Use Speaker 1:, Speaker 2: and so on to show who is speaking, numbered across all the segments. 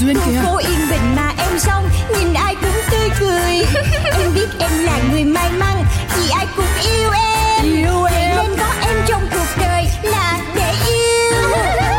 Speaker 1: duyên kìa
Speaker 2: cô yên bình mà em xong nhìn ai cũng tươi cười em biết em là người may mắn vì ai cũng yêu em
Speaker 1: Yêu
Speaker 2: Vậy
Speaker 1: em.
Speaker 2: nên có em trong cuộc đời là để yêu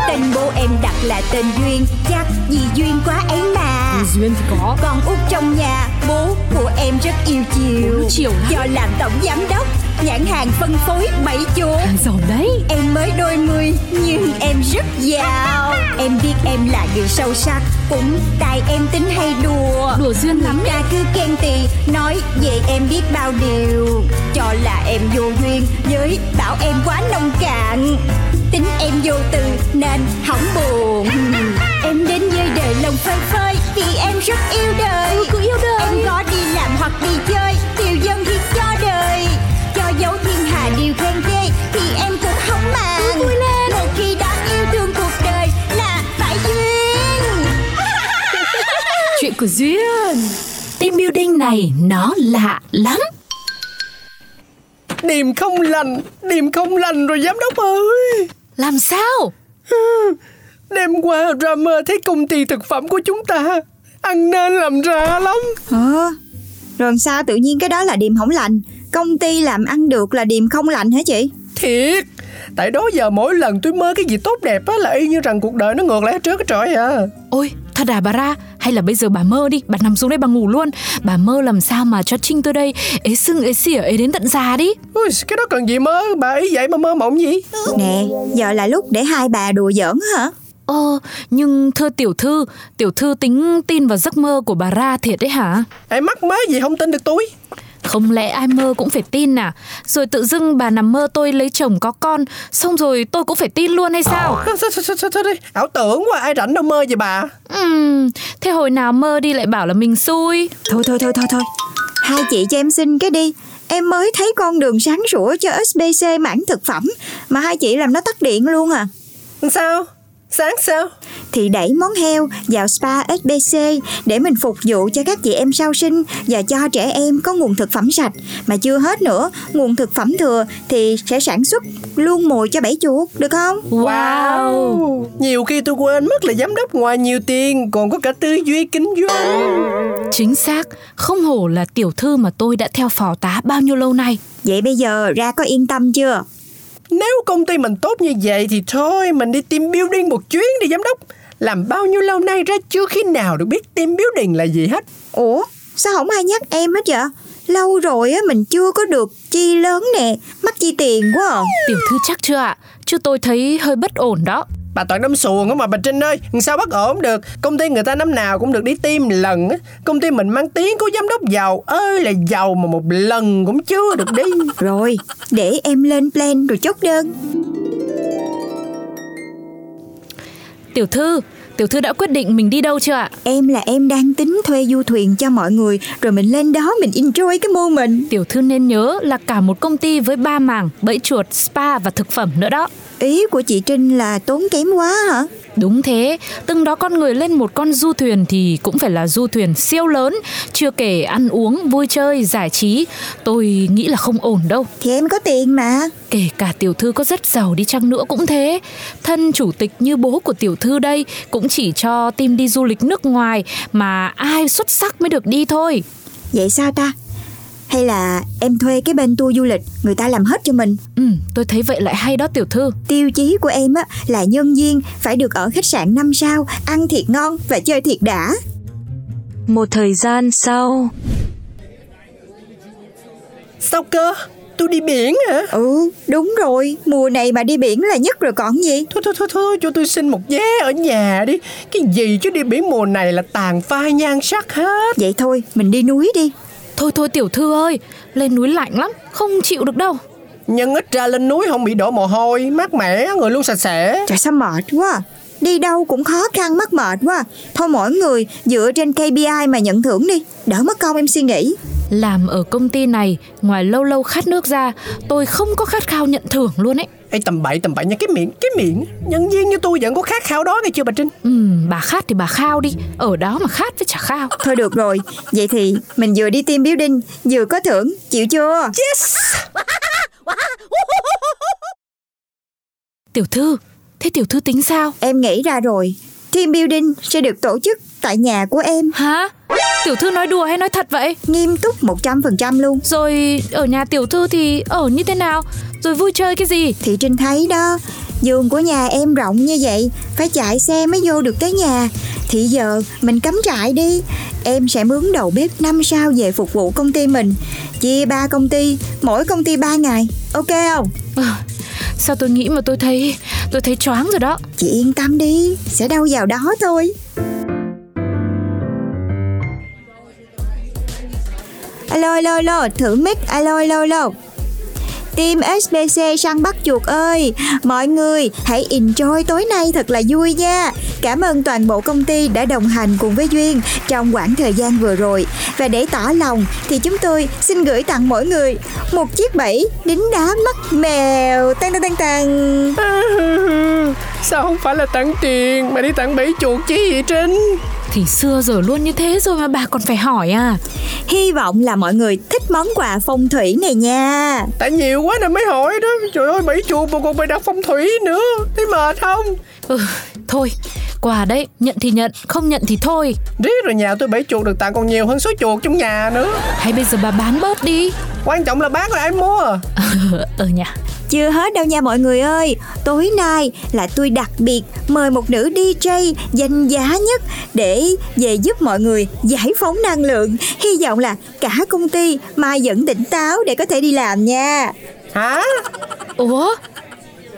Speaker 2: tên bố em đặt là tên duyên chắc vì duyên quá ấy mà
Speaker 1: Thì duyên thì có
Speaker 2: con út trong nhà bố của em rất yêu chiều
Speaker 1: Bố chiều lắm.
Speaker 2: do làm tổng giám đốc nhãn hàng phân phối bảy chỗ
Speaker 1: Hàng giàu đấy
Speaker 2: Em mới đôi mươi nhưng em rất giàu Em biết em là người sâu sắc Cũng tại em tính hay đùa
Speaker 1: Đùa duyên lắm
Speaker 2: Ra cứ khen tì Nói về em biết bao điều Cho là em vô duyên Với bảo em quá nông cạn Tính em vô từ nên hỏng buồn Em đến với đời lòng phơi phới Vì em rất yêu đời
Speaker 1: Ừ, cứ yêu đời.
Speaker 2: Em có đi làm hoặc đi chơi Điều dân thì cho đời Cho dấu thiên hà điều khen ghê Thì em cũng không màng
Speaker 1: vui lên.
Speaker 2: Một khi đã yêu thương cuộc đời Là phải duyên
Speaker 1: Chuyện của duyên
Speaker 3: Team building này nó lạ lắm
Speaker 4: Điềm không lành Điềm không lành rồi giám đốc ơi
Speaker 3: Làm sao?
Speaker 4: Đêm qua drama thấy công ty thực phẩm của chúng ta Ăn nên làm ra lắm
Speaker 5: Ờ, rồi sao tự nhiên cái đó là điềm hỏng lành Công ty làm ăn được là điềm không lành hả chị
Speaker 4: Thiệt Tại đó giờ mỗi lần tôi mơ cái gì tốt đẹp á Là y như rằng cuộc đời nó ngược lại hết trơn cái trời à
Speaker 3: Ôi, thật à bà ra Hay là bây giờ bà mơ đi, bà nằm xuống đây bà ngủ luôn Bà mơ làm sao mà cho Trinh tôi đây Ế sưng, ế xỉa, ế đến tận già đi
Speaker 4: Ui, Cái đó cần gì mơ Bà ý vậy mà mơ mộng gì
Speaker 5: Nè giờ là lúc để hai bà đùa giỡn hả
Speaker 3: Ờ, nhưng thưa tiểu thư Tiểu thư tính tin vào giấc mơ của bà ra thiệt đấy hả?
Speaker 4: Ai mắc má gì không tin được tôi
Speaker 3: Không lẽ ai mơ cũng phải tin à? Rồi tự dưng bà nằm mơ tôi lấy chồng có con Xong rồi tôi cũng phải tin luôn hay sao?
Speaker 4: Sao- sao- sao- sao- sao- sao đây? Ảo tưởng quá ai rảnh đâu mơ vậy bà
Speaker 3: Ừm, thế hồi nào mơ đi lại bảo là mình xui
Speaker 5: Thôi thôi thôi thôi thôi Hai chị cho em xin cái đi Em mới thấy con đường sáng sủa cho SBC mảng thực phẩm Mà hai chị làm nó tắt điện luôn à
Speaker 4: Sao Sáng sao
Speaker 5: Thì đẩy món heo vào spa SBC Để mình phục vụ cho các chị em sau sinh Và cho trẻ em có nguồn thực phẩm sạch Mà chưa hết nữa Nguồn thực phẩm thừa thì sẽ sản xuất luôn mồi cho bảy chuột Được không?
Speaker 3: Wow
Speaker 4: Nhiều khi tôi quên mất là giám đốc ngoài nhiều tiền Còn có cả tư duy kinh doanh
Speaker 3: Chính xác, không hổ là tiểu thư mà tôi đã theo phò tá bao nhiêu lâu nay
Speaker 5: Vậy bây giờ ra có yên tâm chưa?
Speaker 4: Nếu công ty mình tốt như vậy Thì thôi mình đi team building một chuyến đi giám đốc Làm bao nhiêu lâu nay ra chưa khi nào được biết team building là gì hết
Speaker 5: Ủa sao không ai nhắc em hết vậy? Lâu rồi á mình chưa có được chi lớn nè Mắc chi tiền quá à.
Speaker 3: Tiểu thư chắc chưa ạ? Chứ tôi thấy hơi bất ổn đó
Speaker 4: Bà toàn đâm xuồng á mà bà Trinh ơi Sao bất ổn được Công ty người ta năm nào cũng được đi team lần á. Công ty mình mang tiếng của giám đốc giàu ơi là giàu mà một lần cũng chưa được đi
Speaker 5: Rồi để em lên plan rồi chốt đơn
Speaker 3: Tiểu thư, tiểu thư đã quyết định mình đi đâu chưa ạ?
Speaker 5: Em là em đang tính thuê du thuyền cho mọi người Rồi mình lên đó mình enjoy cái mô mình
Speaker 3: Tiểu thư nên nhớ là cả một công ty với ba mảng, bẫy chuột, spa và thực phẩm nữa đó
Speaker 5: Ý của chị Trinh là tốn kém quá hả?
Speaker 3: Đúng thế, từng đó con người lên một con du thuyền thì cũng phải là du thuyền siêu lớn Chưa kể ăn uống, vui chơi, giải trí Tôi nghĩ là không ổn đâu
Speaker 5: Thì em có tiền mà
Speaker 3: Kể cả tiểu thư có rất giàu đi chăng nữa cũng thế Thân chủ tịch như bố của tiểu thư đây Cũng chỉ cho team đi du lịch nước ngoài Mà ai xuất sắc mới được đi thôi
Speaker 5: Vậy sao ta? Hay là em thuê cái bên tour du lịch Người ta làm hết cho mình
Speaker 3: Ừ, tôi thấy vậy lại hay đó tiểu thư
Speaker 5: Tiêu chí của em á, là nhân viên phải được ở khách sạn 5 sao, ăn thiệt ngon và chơi thiệt đã.
Speaker 6: Một thời gian sau
Speaker 4: Sao cơ Tôi đi biển hả
Speaker 5: Ừ, đúng rồi, mùa này mà đi biển là nhất rồi còn gì.
Speaker 4: Thôi thôi thôi thôi cho tôi xin một vé ở nhà đi Cái gì chứ đi biển mùa này là tàn phai nhan sắc hết
Speaker 5: Vậy thôi, mình đi núi đi.
Speaker 3: Thôi thôi tiểu thư ơi Lên núi lạnh lắm, không chịu được đâu
Speaker 4: Nhân ít ra lên núi không bị đổ mồ hôi Mát mẻ người luôn sạch sẽ
Speaker 5: Trời sao mệt quá. à. Đi đâu cũng khó khăn mắc mệt quá. à. Thôi mỗi người dựa trên KPI mà nhận thưởng đi, đỡ mất công em suy nghĩ.
Speaker 3: Làm ở công ty này Ngoài lâu lâu khát nước ra Tôi không có khát khao nhận thưởng luôn ấy
Speaker 4: Ê tầm bậy tầm bậy nha cái miệng Cái miệng Nhân viên như tôi vẫn có khát khao đó nghe chưa bà Trinh
Speaker 3: Ừ, bà khát thì bà khao đi Ở đó mà khát với chả khao
Speaker 5: Thôi được rồi, vậy thì mình vừa đi team building, vừa có thưởng, chịu chưa?
Speaker 3: Tiểu thư, thế tiểu thư tính sao?
Speaker 5: Em nghĩ ra rồi, team building sẽ được tổ chức tại nhà của em
Speaker 3: Hả? Tiểu thư nói đùa hay nói thật vậy?
Speaker 5: Nghiêm túc 100% luôn
Speaker 3: Rồi ở nhà tiểu thư thì ở như thế nào? Rồi vui chơi cái gì?
Speaker 5: Thì Trinh thấy đó Giường của nhà em rộng như vậy Phải chạy xe mới vô được tới nhà Thì giờ mình cắm trại đi Em sẽ mướn đầu bếp 5 sao về phục vụ công ty mình Chia 3 công ty Mỗi công ty 3 ngày Ok không?
Speaker 3: Ờ, Sao tôi nghĩ mà tôi thấy tôi thấy choáng rồi đó.
Speaker 5: Chị yên tâm đi Sẽ đâu vào đó thôi Alo alo alo Thử mic Alo alo alo Team SBC săn bắt chuột ơi Mọi người hãy enjoy tối nay thật là vui nha Cảm ơn toàn bộ công ty đã đồng hành cùng với Duyên Trong khoảng thời gian vừa rồi Và để tỏ lòng thì chúng tôi xin gửi tặng mỗi người Một chiếc bẫy đính đá mắt mèo Tăng tăng tăng tăng
Speaker 4: Sao không phải là tặng tiền mà đi tặng bẫy chuột chứ gì Trinh
Speaker 3: Thì xưa giờ luôn như thế rồi mà bà còn phải hỏi à?
Speaker 5: Hy vọng là mọi người thích món quà phong thủy này nha
Speaker 4: Tại nhiều quá nên mới hỏi đó Trời ơi bẫy chuột mà còn phải đặt phong thủy nữa Thấy mệt không
Speaker 3: Ừ, thôi, quà đấy, nhận thì nhận, không nhận thì thôi.
Speaker 4: Riết rồi nhà tôi bẫy chuột được tặng còn nhiều hơn số chuột trong nhà nữa
Speaker 3: Hay bây giờ bà bán bớt đi.
Speaker 4: Quan trọng là bán là ai mua
Speaker 3: ở nhà.
Speaker 5: Chưa hết đâu nha mọi người ơi Tối nay là tôi đặc biệt mời một nữ DJ danh giá nhất Để về giúp mọi người giải phóng năng lượng Hy vọng là cả công ty mai vẫn tỉnh táo để có thể đi làm nha
Speaker 4: Hả
Speaker 3: Ủa,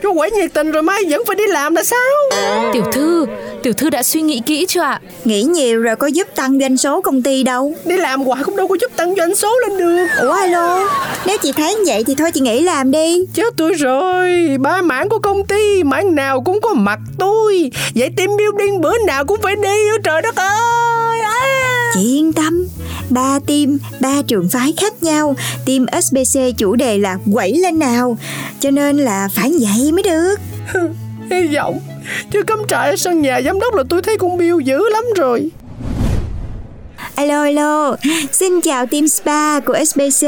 Speaker 4: Chú quẩy nhiệt tình rồi mai vẫn phải đi làm là sao
Speaker 3: tiểu thư, tiểu thư đã suy nghĩ kỹ chưa ạ?
Speaker 5: Nghĩ nhiều rồi có giúp tăng doanh số công ty đâu
Speaker 4: Đi làm hoài cũng đâu có giúp tăng doanh số lên được
Speaker 5: Ủa alo Nếu chị thấy như vậy thì thôi chị nghỉ làm đi
Speaker 4: Chết tôi rồi, ba mảng của công ty, mảng nào cũng có mặt tôi Vậy team building bữa nào cũng phải đi nữa trời đất ơi à.
Speaker 5: Chị yên tâm, ba team, ba trường phái khác nhau, team SBC chủ đề là quẩy lên nào, cho nên là phải vậy mới được.
Speaker 4: Hy vọng, chứ cắm trại ở sân nhà giám đốc là tôi thấy cũng biêu dữ lắm rồi
Speaker 5: Alo alo, xin chào team spa của SBC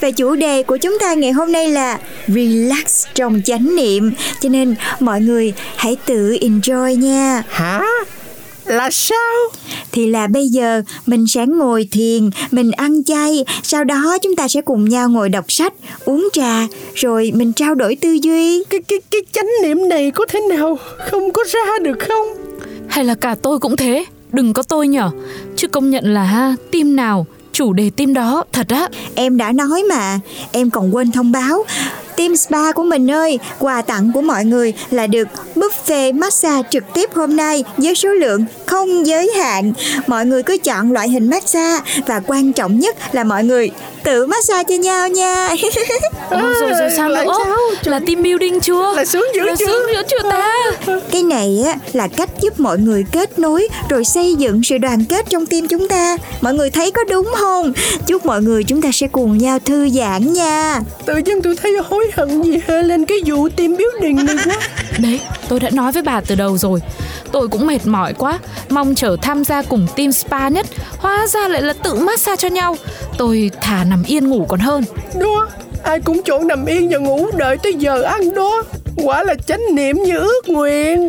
Speaker 5: và chủ đề của chúng ta ngày hôm nay là relax trong chánh niệm, cho nên mọi người hãy tự enjoy nha.
Speaker 4: Hả? Là sao?
Speaker 5: Thì là bây giờ mình sẽ ngồi thiền, mình ăn chay, sau đó chúng ta sẽ cùng nhau ngồi đọc sách, uống trà, rồi mình trao đổi tư duy.
Speaker 4: Cái cái cái chánh niệm này có thể nào không có ra được không?
Speaker 3: Hay là cả tôi cũng thế? Đừng có tôi nhở. Chứ công nhận là ha, tim nào, chủ đề tim đó, thật á.
Speaker 5: Em đã nói mà, em còn quên thông báo. Team Spa của mình ơi, quà tặng của mọi người là được buffet massage trực tiếp hôm nay với số lượng không giới hạn. Mọi người cứ chọn loại hình massage và quan trọng nhất là mọi người tự massage cho nhau nha.
Speaker 3: Ôi, Dạ vâng, rồi rồi sao
Speaker 4: là
Speaker 3: nữa? Là team building chưa?
Speaker 4: Là sướng dữ
Speaker 3: Là
Speaker 4: chưa?
Speaker 3: sướng dữ chưa Ờ. ta?
Speaker 5: Cái này á là cách giúp mọi người kết nối rồi xây dựng sự đoàn kết trong team chúng ta. Mọi người thấy có đúng không? Chúc mọi người chúng ta sẽ cùng nhau thư giãn nha.
Speaker 4: Tự nhiên tôi thấy hối hận gì hơi lên cái vụ team building này quá
Speaker 3: Đấy, tôi đã nói với bà từ đầu rồi. Tôi cũng mệt mỏi quá, mong chờ tham gia cùng team spa nhất, hóa ra lại là tự massage cho nhau. Tôi thà nằm yên ngủ còn hơn.
Speaker 4: Đó, ai cũng chọn nằm yên và ngủ đợi tới giờ ăn đó Quả là chánh niệm như ước nguyện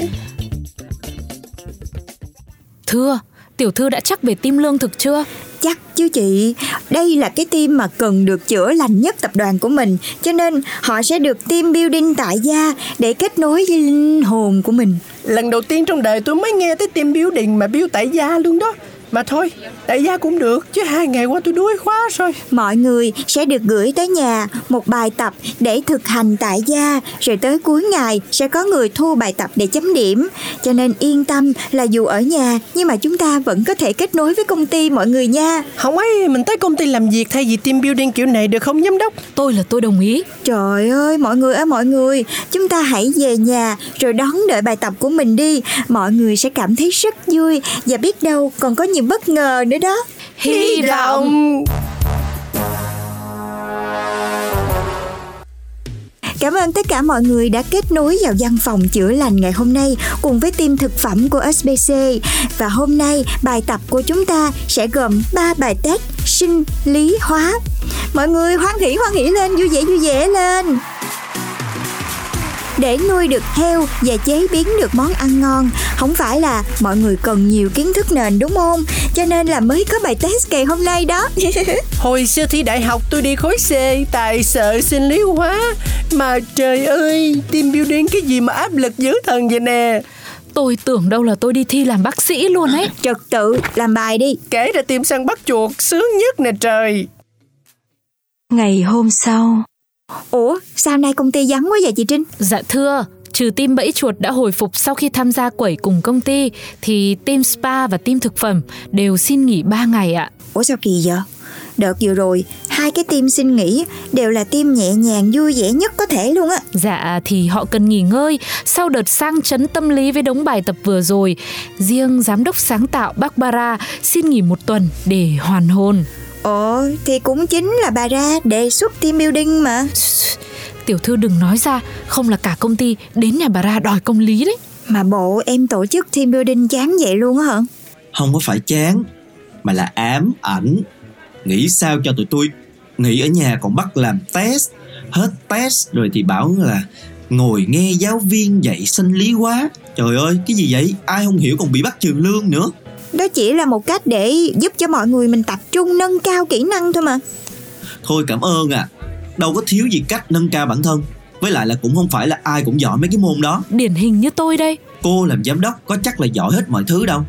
Speaker 3: Thưa, tiểu thư đã chắc về team lương thực chưa?
Speaker 5: Chắc chứ chị, đây là cái team mà cần được chữa lành nhất tập đoàn của mình, cho nên họ sẽ được team building tại gia để kết nối với linh hồn của mình.
Speaker 4: Lần đầu tiên trong đời tôi mới nghe tới team building mà build tại gia luôn đó Mà thôi, tại gia cũng được Chứ hai ngày qua tôi đuối quá rồi
Speaker 5: Mọi người sẽ được gửi tới nhà một bài tập để thực hành tại gia, rồi tới cuối ngày sẽ có người thu bài tập để chấm điểm. Cho nên yên tâm là dù ở nhà nhưng mà chúng ta vẫn có thể kết nối với công ty mọi người nha.
Speaker 4: Không ấy, mình tới công ty làm việc thay vì team building kiểu này được không giám đốc
Speaker 3: Tôi là tôi đồng ý.
Speaker 5: Trời ơi, mọi người ơi mọi người, chúng ta hãy về nhà rồi đón đợi bài tập của mình đi. Mọi người sẽ cảm thấy rất vui và biết đâu còn có nhiều bất ngờ nữa đó.
Speaker 3: Hy vọng
Speaker 5: Cảm ơn tất cả mọi người đã kết nối vào văn phòng chữa lành ngày hôm nay cùng với team thực phẩm của SBC. Và hôm nay bài tập của chúng ta sẽ gồm 3 bài test sinh lý hóa. Mọi người hoan hỉ hoan hỉ lên, vui vẻ vui vẻ lên. để nuôi được heo và chế biến được món ăn ngon không phải là mọi người cần nhiều kiến thức nền đúng không cho nên là mới có bài test kỳ hôm nay đó
Speaker 4: Hồi xưa thi đại học tôi đi khối C Tại sợ sinh lý hóa Mà trời ơi Team building cái gì mà áp lực dữ thần vậy nè
Speaker 3: Tôi tưởng đâu là tôi đi thi làm bác sĩ luôn ấy
Speaker 5: trật tự làm bài đi
Speaker 4: Kể ra tìm săn bắt chuột Sướng nhất nè trời
Speaker 6: Ngày hôm sau,
Speaker 5: ủa sao nay công ty vắng quá vậy chị trinh
Speaker 3: Dạ thưa, trừ team bẫy chuột đã hồi phục sau khi tham gia quẩy cùng công ty thì team spa và team thực phẩm đều xin nghỉ 3 ngày ạ.
Speaker 5: ủa sao kỳ vậy đợt vừa rồi hai cái team xin nghỉ đều là team nhẹ nhàng vui vẻ nhất có thể luôn á
Speaker 3: Dạ thì họ cần nghỉ ngơi sau đợt sang chấn tâm lý với đống bài tập vừa rồi. Riêng giám đốc sáng tạo Barbara xin nghỉ một tuần để hoàn hồn.
Speaker 5: ồ thì cũng chính là bà ra đề xuất team building mà
Speaker 3: Tiểu thư đừng nói ra, không là cả công ty đến nhà bà ra đòi công lý đấy.
Speaker 5: mà bộ em tổ chức team building chán vậy luôn á hả
Speaker 7: không có phải chán mà là ám ảnh nghĩ sao cho tụi tôi nghĩ ở nhà còn bắt làm test hết test rồi thì bảo là ngồi nghe giáo viên dạy sinh lý quá trời ơi cái gì vậy ai không hiểu còn bị bắt trừ lương nữa
Speaker 5: đó chỉ là một cách để giúp cho mọi người mình tập trung nâng cao kỹ năng thôi mà
Speaker 7: thôi cảm ơn à đâu có thiếu gì cách nâng cao bản thân với lại là cũng không phải là ai cũng giỏi mấy cái môn đó
Speaker 3: Điển hình như tôi đây.
Speaker 7: cô làm giám đốc có chắc là giỏi hết mọi thứ đâu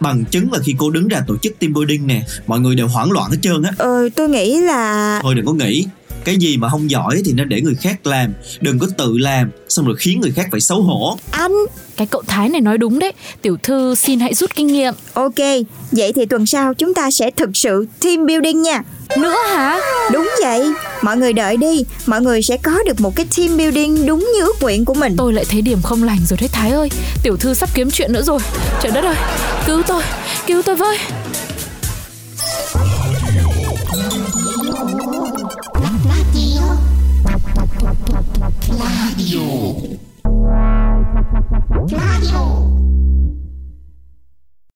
Speaker 7: bằng chứng là khi cô đứng ra tổ chức team building nè mọi người đều hoảng loạn hết trơn á
Speaker 5: ờ tôi nghĩ là
Speaker 7: thôi đừng có nghĩ cái gì mà không giỏi thì nên để người khác làm đừng có tự làm xong rồi khiến người khác phải xấu hổ
Speaker 5: anh
Speaker 3: Cái cậu Thái này nói đúng đấy, tiểu thư xin hãy rút kinh nghiệm.
Speaker 5: ok vậy thì tuần sau chúng ta sẽ thực sự team building nha
Speaker 3: Nữa hả?
Speaker 5: đúng vậy mọi người đợi đi mọi người sẽ có được một cái team building đúng như ước nguyện của mình
Speaker 3: Tôi lại thấy điểm không lành rồi đấy Thái ơi Tiểu thư sắp kiếm chuyện nữa rồi Trời đất ơi Cứu tôi Cứu tôi với